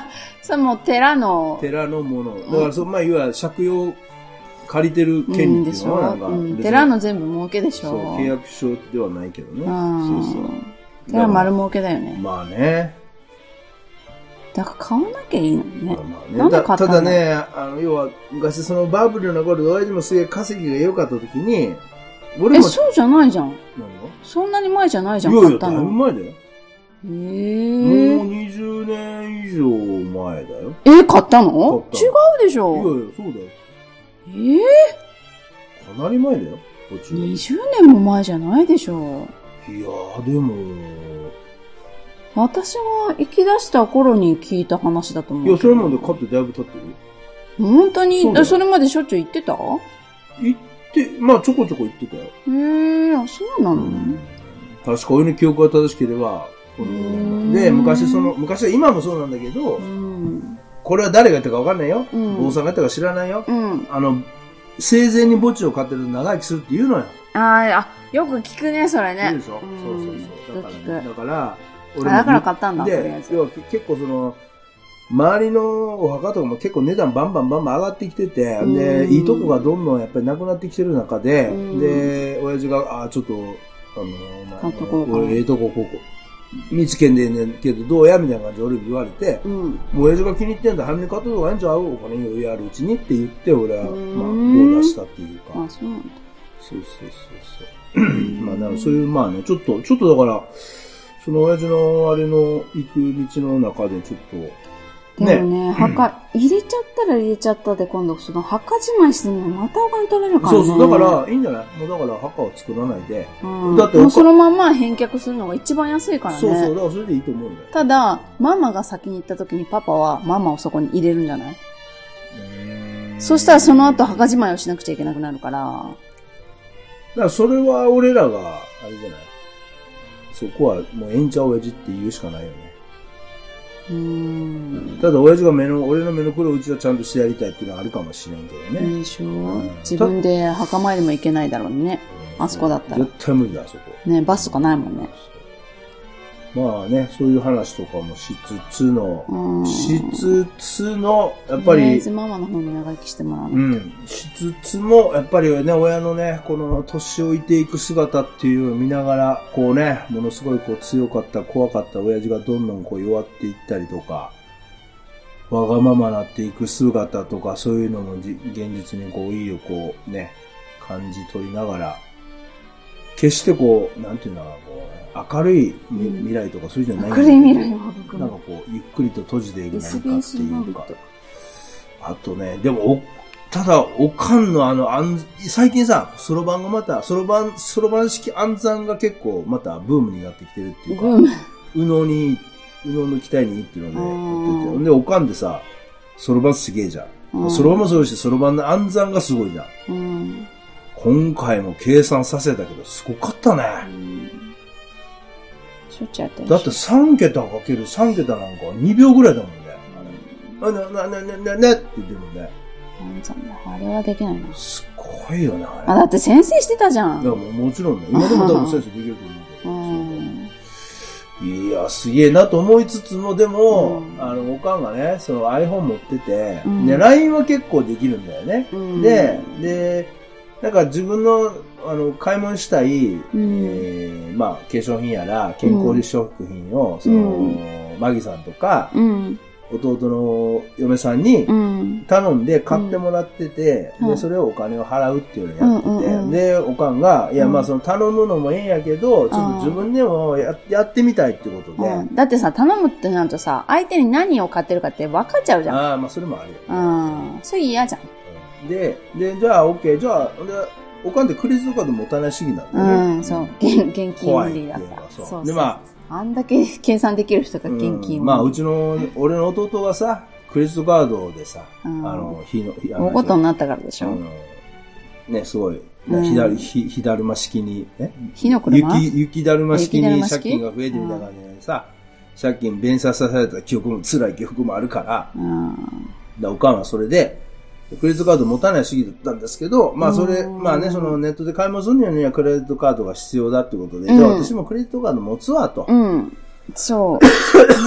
B: それはもう寺の、
C: 寺のもの。だから、その、まあ、いわゆる借用、借りてる
B: うん
C: 権利
B: で
C: ってい
B: し
C: うの
B: ょ
C: は、なんか、
B: うん
C: 別に
B: 寺の全部儲けでしょ
C: そう、契約書ではないけどね。
B: うん
C: そうそう。
B: 寺丸儲けだよね。
C: まあね。
B: だから買わなきゃいいのに
C: ま
B: ね
C: あ。まあ
B: なん
C: ね。
B: で
C: だ
B: 買った
C: た
B: の
C: だね、あの、要は、昔そのバブルの頃で、親父もすげえ稼ぎが良かった時に、俺
B: え、
C: も、
B: そうじゃないじゃん。
C: 何が
B: そんなに前じゃないじゃん、
C: いやい
B: 買っ
C: や、
B: た
C: だいぶ
B: の。
C: 前だよ。
B: え
C: もう
B: ー、
C: 20年以上前だよ。
B: えー、買ったの
C: 買っ
B: 違うでし
C: いやいや
B: ょ。、
C: そうだよ。
B: えー、
C: かなり前だよ、途中。いや
B: 20年も前じゃないでしょ。
C: ー、でも、
B: 私が行き出した頃に聞いた話だと思う
C: い
B: けど。
C: や、それまで買ってだいぶ経ってるよ
B: 本当に
C: そうだ
B: そ
C: よ
B: れまでしょっちゅう行ってたへ
C: 行って、まあ、ちょこちょこ行ってたよ。
B: えあそうなの、
C: 確か俺の記憶が正しければ、この
B: うん
C: で、昔その、昔は今もそうなんだけど
B: う、ん
C: これは誰がやったかわかんないよ。
B: うん
C: 坊さんがやったか知らないよ。
B: うん
C: あの、生前に墓地を買ってると長生きするって言うのよ。
B: あーあよく聞くねそれね
C: 言うでしょ、
B: ん
C: そうそうそう。だから、
B: 聞
C: ね、
B: く
C: だか
B: 聞
C: ら、俺
B: くあ
C: も
B: だから買ったんだとりあえ
C: で、
B: ず
C: 要はけ結構その、周りのお墓とかも結構値段バンバンバンバン上がってきてて、
B: うん
C: で、いいとこがどんどんやっぱりなくなってきてる中で、
B: うん
C: で、親父が、あーちょっと、あのー、まあ
B: 買っとこうかな
C: 俺ええとこ、ここ、見つけんでええねんけど、どうやみたいな感じで俺言われて、
B: うん
C: もう親父が気に入ってんだ、早めに買っとこうがええんちゃうお金余裕あるうちにって言って、俺は、まあ、
B: うん
C: 棒出したっていうか。
B: あそうなんだ
C: そうそうそうそう。 まあ、だからそういう、まあね、ちょっと、ちょっとだから、その親父のあれの行く道の中でちょっと、
B: でもね、 墓、入れちゃったら入れちゃったで、今度その墓じまいするのにまたお金取られるから
C: そ
B: ね。
C: うそう、だから、いいんじゃないもうだから墓を作らないで。
B: ら、うん、
C: だって
B: もうそのまんま返却するのが一番安いからね。
C: そうそう、だからそれでいいと思うんだよ。
B: ただ、ママが先に行った時にパパはママをそこに入れるんじゃないそしたらその後墓
C: だか
B: じまいをしなくちゃいけなくなるから。
C: らそれは俺らが、あれじゃないそこはもう演者親父って言うしかないよね。
B: うーん。
C: ただ親父が目の、俺の目の黒いうちはちゃんとしてやりたいっていうのはあるかもしれんけどね。
B: いいでしょ
C: ん
B: 自分で墓参りも行けないだろうね。あそこだったら
C: 絶対無理だ、あそこ。
B: ねバスとかないもんね。
C: まあね、そういう話とかもしつつの、
B: うん。
C: しつつの、やっぱ
B: とりあえ
C: り、
B: ずママの方に長生きしてもらうの。
C: うん、しつつも、やっぱりね、親のね、この年老いていく姿っていうのを見ながら、こうね、ものすごいこう強かった、怖かった親父がどんどんこう弱っていったりとか、わがままなっていく姿とか、そういうのもじ現実にこう、いいをこう、ね、感じ取りながら、決してこう、なんていうのかな、こう、明るいみ
B: うん
C: 未来とかそういうじゃないんだ
B: 明
C: けど
B: るい未来を僕
C: なんか
B: も。
C: こう、ゆっくりと閉じていく何かっていうか
B: SBS の。
C: あとね、でもお、ただ、おかんのあの、あん最近さ、そろばんがまた、そろばん、そろばん式暗算が結構またブームになってきてるっていうか、
B: グーム。
C: うのに、うのの期待にいいっていうので、やって
B: う
C: て。
B: ん
C: で、おかんでさ、そろばんすげえじゃ
B: うん
C: ん。そろばんもそうだし、そろばんの暗算がすごいじゃ
B: う
C: ん。
B: ん。
C: 今回も計算させたけど、すごかった
B: う
C: ね。
B: んしょっちゅうやったでしょ
C: だって3桁かける3桁なんか2秒ぐらいだもんね。あれあ、な、な、な、な、な、なって言ってるもんね。
B: なんざんだあれはできないな。
C: すごいよね、あれ。
B: あ、
C: だ
B: だって先生してたじゃ
C: から
B: ん。
C: もうもちろんね、今でも多分先生できる
B: う
C: と思うけ
B: ん。
C: ど。いや、すげえなと思いつつも、でも、
B: うん
C: あの、おかんがね、その iPhone 持ってて、
B: うん
C: で、LINE は結構できるんだよね。
B: うん
C: で、で、なんか自分の、あの、買い物したい、
B: うん。
C: えー、まあ、化粧品やら、健康食品を、その、マギさんとか、
B: うん。
C: 弟の嫁さんに
B: うん。
C: 頼んで買ってもらってて、
B: うん
C: で、それをお金を払うっていうのをやって
B: う
C: て、
B: んうんうん
C: で、おかんが、いや、
B: うん
C: まあ、その頼むのもええんやけど、ちょっと自分でもややってみたいってことで、
B: うんだってさ、頼むってなるとさ、相手に何を買ってるかって分かっちゃうじゃん。
C: ああ、まあ、それもあるよ、
B: うん。それ嫌じゃん。
C: うんで、で、じゃあ、オッケー、じゃあ、でおかんってクレジットカード持たない主義なんだよね。
B: うん、そう。現現金
C: 怖
B: 無
C: いってい
B: 理
C: う
B: だ
C: の
B: から
C: が。そう。で、まあ、
B: あ、んだけ計算できる人が現金を。
C: うんまあ、うちの、俺の弟がさ、クレジットカードでさ、
B: うん
C: あの、日の、日あの
B: 大ごとになったからでし
C: あ
B: ょ。
C: のね、すごい、
B: うん
C: 左、ひ、ひだるま式に、え
B: 火の車
C: 雪、雪だるま式
B: 雪だる
C: に
B: ま式
C: 借金が増えてみたいな感じでさ、借金弁済された記憶も辛い記憶もあるから、だか
B: うん。
C: らおかんはそれで、クレジットカード持たない主義だったんですけど、まあそれ、
B: うん
C: まあね、そのネットで買い物するにはクレジットカードが必要だってことで、
B: うん
C: じゃあ私もクレジットカード持つわ と。
B: うん。そう。
C: オ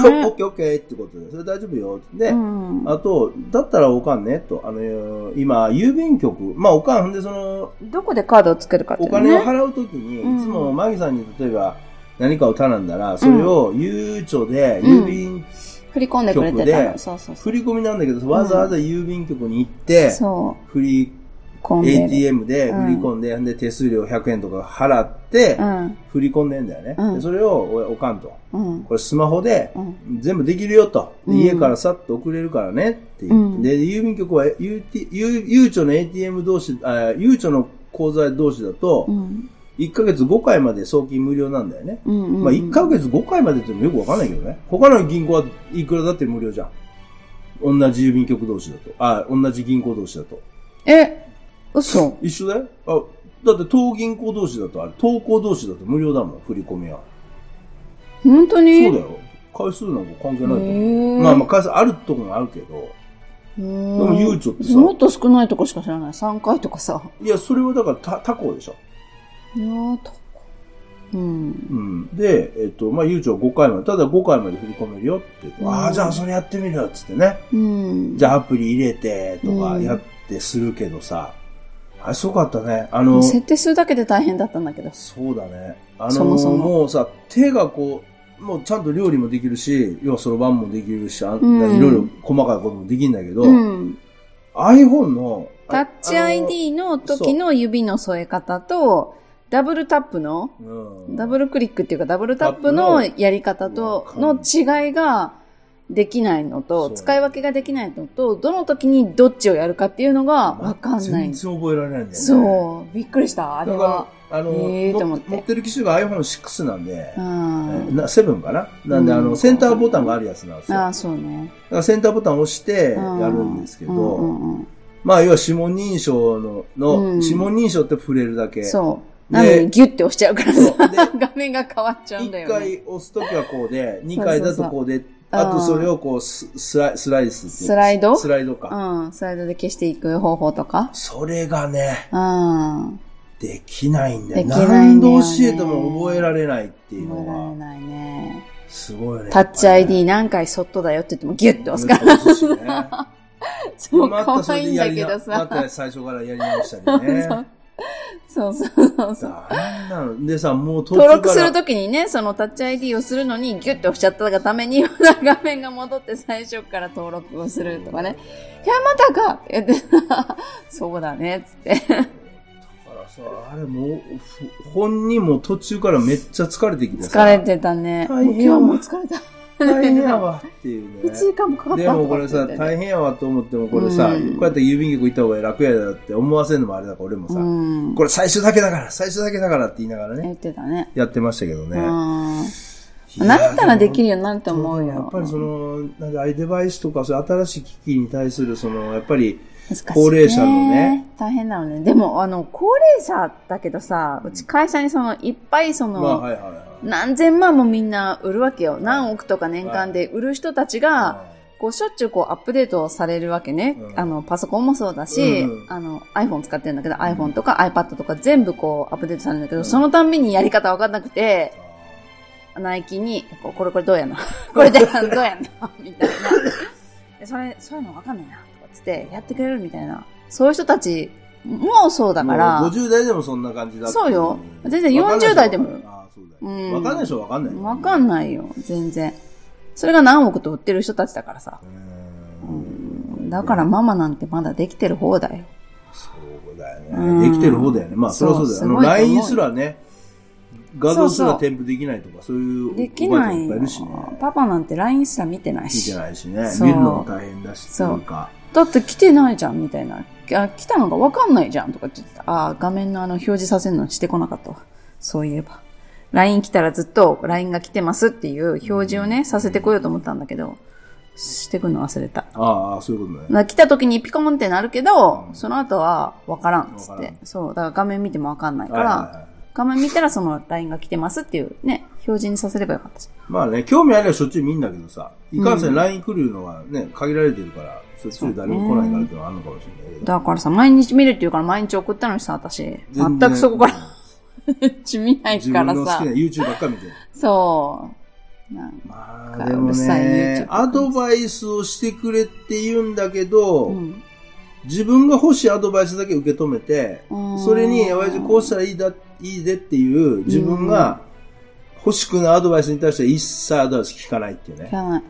B: ね
C: ッケーオッケーってことで、それ大丈夫よって。で
B: うん。
C: あと、だったらおかんね、と、あの、今、郵便局、まあおかん、ほんでその、
B: どこでカードをつけるかって
C: お
B: いう
C: 金を
B: ね。
C: 払うときに、
B: うん
C: いつもマギさんに例えば何かを頼んだら、それをゆうちょで、
B: うん
C: 郵便、
B: 振り込んでくれて
C: 曲
B: た
C: で
B: の。そうそうそ
C: 振り込みなんだけど、わざわざ郵便局に行って
B: う。、そ
C: 振り、
B: う。コンベル。
C: ATM で
B: うん
C: 振り込んで、で手数料100円とか払って
B: う、ん。
C: 振り込んでんだよね。
B: うん
C: でそれをおおかんと。
B: うん。
C: これスマホで
B: うん。
C: 全部できるよと。で
B: うん
C: 家からさっと送れるからねって言って、
B: うん
C: で、郵便局は、ゆうちゆうちょの ATM 同士、あゆうちょの口座同士だと、
B: うん。
C: 1ヶ月5回まで送金無料なんだよね。
B: うん。うん
C: まあ1ヶ月5回までっていうのよくわかんないけどね。他の銀行はいくらだって無料じゃん。同じ郵便局同士だと。あ、同じ銀行同士だと。
B: え、嘘。
C: 一緒だよ。あ、だって当銀行同士だと、あれ、当行同士だと無料だもん、振り込みは。
B: 本当に
C: そうだよ。回数なんか関係ないと思う。
B: へー
C: まあまあ回数あるとこもあるけど。
B: で
C: でも
B: も
C: ゆうちょってさ
B: もっと少ないとこしか知らない。3回とかさ。
C: いや、それはだから他他行でしょ。
B: いやー、と。うん。
C: うん。で、えっと、まあ、ゆうちょは5回まで、ただ5回まで振り込めるよって言って、
B: うん
C: ああ、じゃあそれやってみるよ、つってね。
B: うん。
C: じ
B: ゃ
C: ゃあアプリ入れてとか
B: うん
C: やってするけどさ、あれすごかったね。あの、
B: 設定するだけで大変だったんだけど。
C: そうだね。あの、
B: そもそも
C: うさ、手がこう、もうちゃんと料理もできるし、要はそろばんもできるし、あ
B: うん
C: いろいろ細かいこともできんだけど、
B: うん。
C: iPhone の、あ
B: タッチ ID の時の指の添え方と、ダブルタップの、
C: あのうん
B: ダブルクリックっていうかダブルタップのやり方との違いが、できないのと、
C: そう
B: 使い分けができないのと、どの時にどっちをやるかっていうのがわかんない
C: 全。然覚えられないんだよね。
B: そう。びっくりした、あれ
C: だ
B: は
C: か。ら、あの、
B: えーと思
C: 持
B: っ
C: って持ってる機種が iPhone6 なんで、
B: うん。
C: な7かななんで、
B: うん
C: あの、センターボタンがあるやつなんですよ。
B: あ
C: だ
B: あ、そうね。
C: からセンターボタンを押して
B: うん
C: やるんですけど、
B: うんうんうん
C: まあ、要は指紋認証の、の
B: うん
C: 指紋認証って触れるだけ。
B: そう。なのに
C: ね
B: ギュッて押しちゃうから
C: そう
B: さ、
C: で
B: 画面が変わっちゃうん
C: 一
B: だよね。
C: 回押すときはこうで、二回だとこうで、あとそれをこうススライ、スライスっていう
B: スライド
C: スライドか。
B: うん。スライドで消していく方法とか。
C: それがね、
B: うん。
C: できないんだよ。
B: できないんだよね
C: 何度教えても覚えられないっていう
B: 覚えられ
C: のが、
B: ないね。
C: すごいね。
B: タッチ
C: やっ
B: ID 何回そっとだよって言ってもギュッて押す から。
C: ぱりね。そうですね
B: そう、
C: また
B: 可
C: それ
B: 愛い
C: で
B: ん
C: や
B: だ
C: り
B: け
C: な
B: ど
C: ま
B: さ。
C: た最初からやり直したり ね。
B: そうそうそうそう。
C: さあ、なんなのでさ、もう途中
B: 登録
C: か
B: す
C: ら
B: るときにね、そのタッチ ID をするのにギュッて押しちゃったがために、まだ画面が戻って最初から登録をするとかね。いや、またかえで そうだね、つって。
C: だからさ、あれもう、ふ本人も途中からめっちゃ疲れてきてさ。
B: 疲れてたね。
C: 大
B: もう
C: 変や
B: 今
C: わ
B: 日も疲れた。
C: 大変やわっていう
B: 1
C: ね。
B: 時間もかかった
C: でもこれさ、
B: とかって言って
C: 大変やわと思ってもこれさ、
B: うん
C: こうやって郵便局行った方が楽やだって思わせるのもあれだから、俺もさ、
B: うん。
C: これ最初だけだから、最初だけだからって言いながらね、
B: 言ってたね。
C: やってましたけどね。
B: うん。
C: いや
B: 慣れたらできるようになると思うよ。
C: やっぱりその、なんかアイデバイスとか、そういう新しい機器に対する、その、やっぱり、
B: 難しいね
C: 高齢者のね。
B: 大変なのね。でも、あの、高齢者だけどさ、うち会社にその、いっぱいそ
C: ま
B: の、
C: あ、はいはいはい。
B: 何千万もみんな売るわけよ。何億とか年間で売る人たちが、こう、しょっちゅうこう、アップデートされるわけね。
C: うん
B: あの、パソコンもそうだし、
C: うん
B: あの、iPhone 使ってるんだけど、iPhone とか iPad とか全部こう、アップデートされるんだけど、
C: うん
B: そのたんびにやり方わかんなくて、ナイキに、ここれこれどうやの これでどう やの みたいな。でそれ、そういうのわかんないな、とかつって、やってくれるみたいな。そういう人たちもそうだ
C: だ
B: か
C: から、もう
B: ら、
C: 50代でもそんな感じだって
B: そうよ
C: ん
B: 全然40代でも
C: わかんないでしょあーそうだ
B: う
C: よ
B: ん
C: わかんな
B: わかんな
C: いでしょわかんないよ。
B: いよ、全然。それが何億と売ってる人たちだからさ。
C: う
B: うんんだからママなんてまだできてる方だよ。
C: そうだよ
B: うん
C: ね。できてる方だよね。まあ、それはそうだよ。
B: そ
C: あ
B: う
C: の、
B: すごいと思う
C: LINE すらね、画像すら
B: そうそう
C: 添付できないとか、そういう、
B: できな
C: おばあちゃん
B: い
C: っぱいい
B: よ
C: るしね。
B: パパなんて LINE すら見てない
C: 見て
B: し。
C: ないしね。
B: そう
C: 見るのも大変だし、
B: そう
C: というか。
B: だって来てないじゃん、みたいな。あ来たのがわかんないじゃん、とかって言ってた。ああ、画面のあの、表示させるのしてこなかったわ。そういえば。LINE 来たらずっと LINE が来てますっていう表示をね、させてこようと思ったんだけど、してくるの忘れた。
C: ああ、そういうことね。
B: な来た時にピコンってなるけど、
C: うん
B: その後はわからんっつ
C: わ
B: っ
C: から
B: て
C: ん。
B: そう、だから画面見てもわかんないから、
C: はいはいはい
B: 画面見たらその LINE が来てますっていうね、表示にさせればよかったし。
C: まあね、興味あればしょっちゅう見んだけどさ、いかんせ
B: うんん
C: LINE 来るのがね、限られてるから、しょっちゅう誰も来ないからっていうのはあるのかもしれないけど。
B: だからさ、毎日見るって言うから毎日送ったのにさ、私、全
C: 全然
B: くそこから 毎日見ない
C: 自
B: か
C: 分
B: ら
C: の好きな
B: さ、
C: YouTube ばっか見てる。
B: そう。なん
C: ま
B: か
C: あ、でも
B: うるさい YouTube
C: ね、アドバイスをしてくれって言うんだけど、
B: うん
C: 自分が欲しいアドバイスだけ受け止めて、
B: うん
C: それに、親父こうしたらいいだ、いいでっていう、自分が欲しくないアドバイスに対して一切アドバイス聞かないっていうね
B: 聞。かない。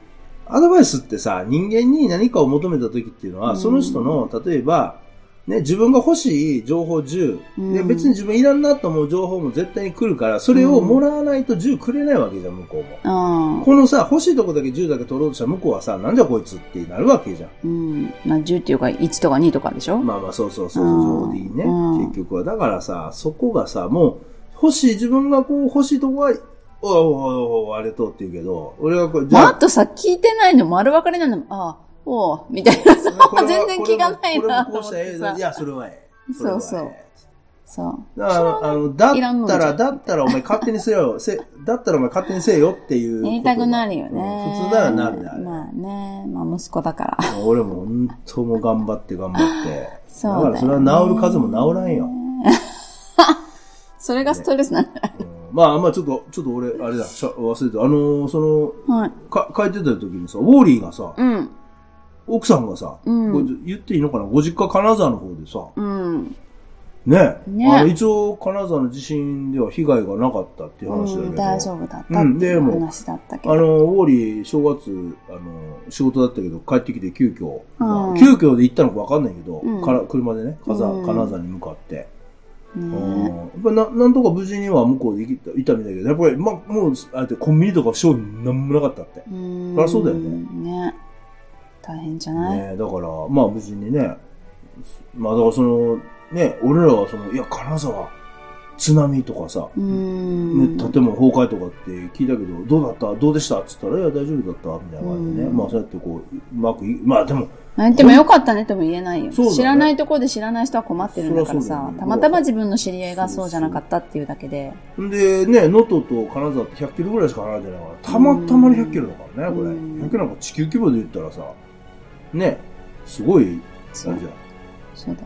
C: アドバイスってさ、人間に何かを求めた時っていうのは、
B: うん
C: その人の、例えば、ね、自分が欲しい情報10、で、
B: うん
C: 別に自分いらんなと思う情報も絶対に来るから、それをもらわないと10くれないわけじゃん、向こうも。
B: うん。
C: このさ、欲しいとこだけ10だけ取ろうとしたら向こうはさ、なんじゃこいつってなるわけじゃん。
B: うん。まあ10っていうか1とか2とかでしょ、
C: まあまあ、そうそうそう
B: う
C: そう、
B: ん
C: ジョーディ
B: うん
C: ね。結局は。だからさ、そこがさ、もう、欲しい、自分がこう欲しいとこは、おいおいおいおいあれとって言うけど、俺がこれ、じ
B: まあ、あ
C: ゃ
B: とさ、聞いてないの丸分かりなのも、ああ、おう、みたいなさ、
C: あ、これは
B: 全然気がないな
C: これもこれもこうしたらええ
B: と思ってさ
C: いや、それはええ。
B: そうそう
C: れはええ
B: そう。
C: だから、あの、だっ
B: いらんのじ
C: た
B: ゃ
C: ら、だったらお前勝手にせ よ、せ、だったらお前勝手にせえよっていうことが。
B: やりたくなるよね
C: うん。普通ならなるねあれ
B: まあね、まあ息子だから。
C: 俺も本当もう頑張って頑張って。
B: そう
C: だ
B: だよ
C: か
B: ね
C: らそれは治る数も治らんよ。
B: それがストレスなんだ。
C: うんまあまあちょっと、ちょっと俺、あれだ、しゃ忘れてた、あのーその、
B: はい。
C: か、帰ってた時にさ、ウォーリーがさ、
B: うん。
C: 奥さんがさ、
B: うん
C: これ言っていいのかなご実家金沢の方でさ、
B: うん。
C: ね
B: ね
C: あの一応金沢の地震では被害がなかったっていう話だけど、
B: うん、大丈夫だった
C: う
B: っ
C: ん
B: てい
C: で
B: う
C: も
B: 話だったけ
C: あ
B: ど。
C: の、ウォーリー、正月、あの、仕事だったけど、帰ってきて急遽、まあ
B: うん
C: 急遽で行ったのか分かんないけど、
B: うん
C: から車でね、金沢
B: うん
C: 金沢に向かって、うん
B: ね
C: やっぱな、なんとか無事には向こうで行った、いたみたいだけど、やっぱり、ま、もう、あってコンビニとか商品なんもなかったって。
B: え。うん。
C: そりゃそうだよね
B: ね。大変じゃない、
C: ね、だから、まあ無事にね、まあだからその、ね、俺らはその、いや、金沢、津波とかさ、
B: う
C: ね、
B: ん。
C: 建物崩壊とかって聞いたけど、どうだったどうでしたっつったら、いや、大丈夫だったみたいな感じでね。
B: うん
C: まあそうやってこう、うまくい、まあでも、
B: 泣いてもよかったねとも言えないよ。
C: そうだね
B: 知らないところで知らない人は困ってるんだから
C: そりゃそうだ
B: さ
C: よ、ね
B: たまたま自分の知り合いがそうじゃなかったっていうだけで。
C: で、ね、能登と金沢って100キロぐらいしか離れてないから、たまたまに100キロだからね、これ。
B: うん
C: 100キロなんか地球規模で言ったらさ、ね、すごい、
B: そ
C: あれ
B: う
C: じゃん。
B: そうだ。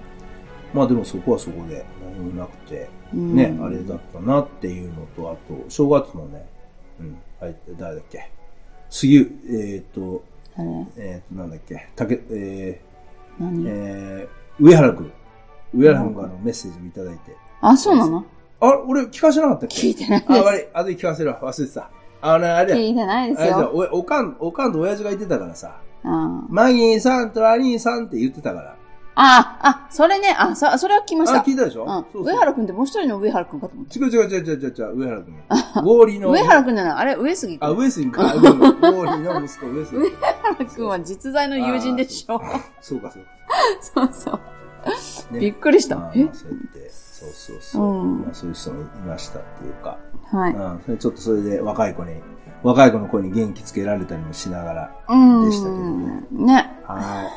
C: まあでもそこはそこで何もなくて、
B: うん
C: ね、あれだったなっていうのと、あと、正月のね、うん、あれ、誰だっけ杉う、えーっ、と、
B: あれ
C: えーっ、と、なんだっけ、竹、えー、
B: 何
C: えー、上原くん。上原くんからのメッセージもいただいて。
B: あ、そうなの
C: あ、俺聞かせなかったっけ
B: 聞いてない
C: あ、
B: で
C: 悪い。あとで聞かせるわ。忘れてた。あのね、あれ
B: す。
C: だ
B: 聞
C: よ。
B: いてないで
C: あ
B: す
C: れだよ
B: よ。
C: おおかん、おかんと親父が言ってたからさ、
B: うん
C: マギーさんとラニーさんって言ってたから。
B: あ、あ、それね、あ、そ、それは聞きました。
C: あ、聞いたでしょ
B: うん。
C: そうそう
B: 上原くんってもう一人の上原くんかと思って。
C: 違う違う違う違う違う違う、上原 君。ゴーリーの。
B: 上原くんじゃない、あれ、上杉くん。
C: あ、
B: 上
C: 上杉か。ごめんゴーリーの息子、上杉。
B: 原くんは実在の友人でしょ。
C: そうか、そうか。
B: そうそう。
C: ね
B: びっくりした
C: まあ。
B: え
C: まあそうやって、そうそうそう。
B: うん
C: まあそういう人もいましたっていうか。
B: はい。
C: うん。それちょっとそれで若い子に、若い子の声に元気つけられたりもしながら。
B: うん。
C: でしたけどね
B: ね。
C: はい。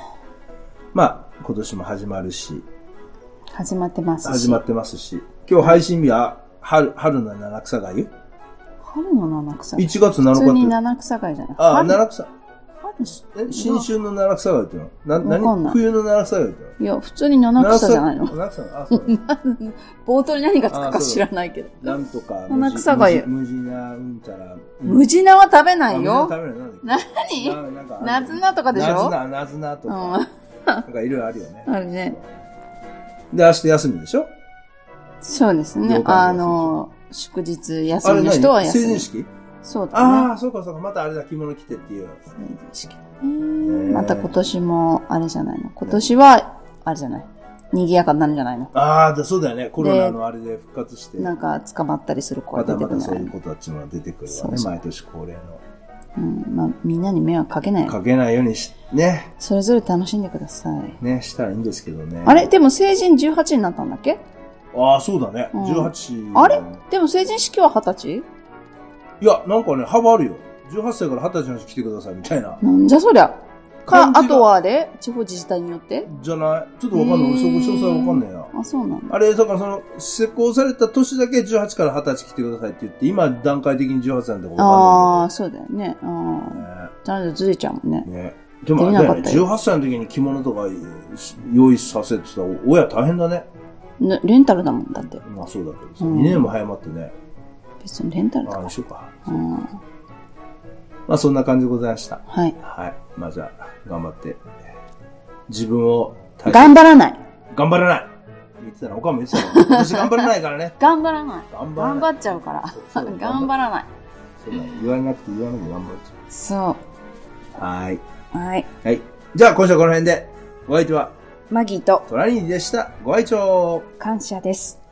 C: まあ、今年も始まるし、
B: 始まってますし。
C: 始まってますし、今日配信日は、春、春の七草がゆ
B: 春の七草貝。
C: ?1 月7
B: 普通に
C: 日って。
B: 七草貝じゃない。
C: あ、
B: 春
C: 七草。
B: 春し
C: え、新春の七草がゆっていうのな、
B: わかん
C: 何
B: ない
C: 冬の七草がゆっていう
B: い
C: の
B: や、普通に七草じゃないの。
C: 七草あ、そう。
B: 冒頭に何がつく
C: あそ
B: か
C: うだ
B: 知らないけど。
C: なんとか、
B: 七草がゆ
C: 無地無地無地な、うんたら。
B: 無地菜は食べない
C: あ無
B: よ
C: 地。な食べるのなんだっけ
B: 何
C: ななんかある
B: ナズナとかでし
C: ナズ
B: ょ
C: ナ、ナズナとか。
B: うん
C: なんかいろいろあるよね。
B: あるね。
C: で、明日休みでしょ
B: そうですね
C: 了解で。す
B: あの、祝日
C: あ
B: 休
C: れ
B: みの
C: 何
B: 人は
C: 成
B: 休
C: 人
B: み。
C: 式
B: そうだ
C: あ
B: ね。
C: あ、そうかそうか。またあれだ、着物着てっていう。
B: 成人式だね
C: ね
B: また今年も、あれじゃないの。今年は、あれじゃない。賑やかになるんじゃないの。
C: ああ、だそうだよね。コロナのあれで復活して。
B: なんか捕まったりする子
C: ま
B: は出
C: た
B: て
C: ま
B: くる
C: たそうい
B: ん
C: う
B: じ
C: 子たちも出てくるわ
B: そう
C: ね。
B: そう
C: 毎年恒例
B: ゃ
C: の。
B: ないうん。まあ、みんなに迷惑かけない。
C: かけないようにし、ね。
B: それぞれ楽しんでください。
C: ね、したらいいんですけどね。
B: あれでも成人18になったんだっけ
C: ああ、そうだね。
B: うん
C: 18。
B: あれでも成人式は20歳
C: いや、なんかね、幅あるよ。18歳から20歳の人来てくださいみたいな。
B: なんじゃそりゃ。か
C: 感、じ
B: あ
C: が
B: とはあれ地方自治体によって
C: じゃないちょっとわかんない。俺、そこ詳細わかんないな。
B: あ、そうなんだ。
C: あれ、だからその、施行された年だけ18から20歳来てくださいって言って、今段階的に18歳なんてこと
B: あ
C: わ
B: あ、そうだよね。あ
C: かん
B: あ。
C: ない
B: じゃあ、ずれちゃうもんね。
C: けどね。ね。でもあれだよね、
B: できな
C: 18歳の時に着物とか用意させてたら、親大変だね。
B: ねレンタルだもんだって。
C: まあそうだけどさ、
B: うん
C: 2年も早まってね。
B: 別にレンタルだ
C: あ
B: か
C: あ、
B: ら。
C: 一緒か。
B: うん。
C: まあそんな感じでございました。
B: はい。
C: はい。まあじゃあ、頑張って。自分を大切に
B: 頑張らない。
C: 頑張らない言ってたな、おかんも言ってたな。私頑張らないからね。
B: 頑張らない。
C: 頑張らな
B: 頑
C: い
B: 張っちゃうから。
C: そうそう
B: 頑張らない。
C: そうだ、言わなくて言わなくて頑張っち
B: そ
C: ゃう。はーい。
B: う。はい。
C: はい。じゃあ今週はこの辺で、お相手は
B: マギーと
C: トラニーでした。ご愛聴
B: 感謝です。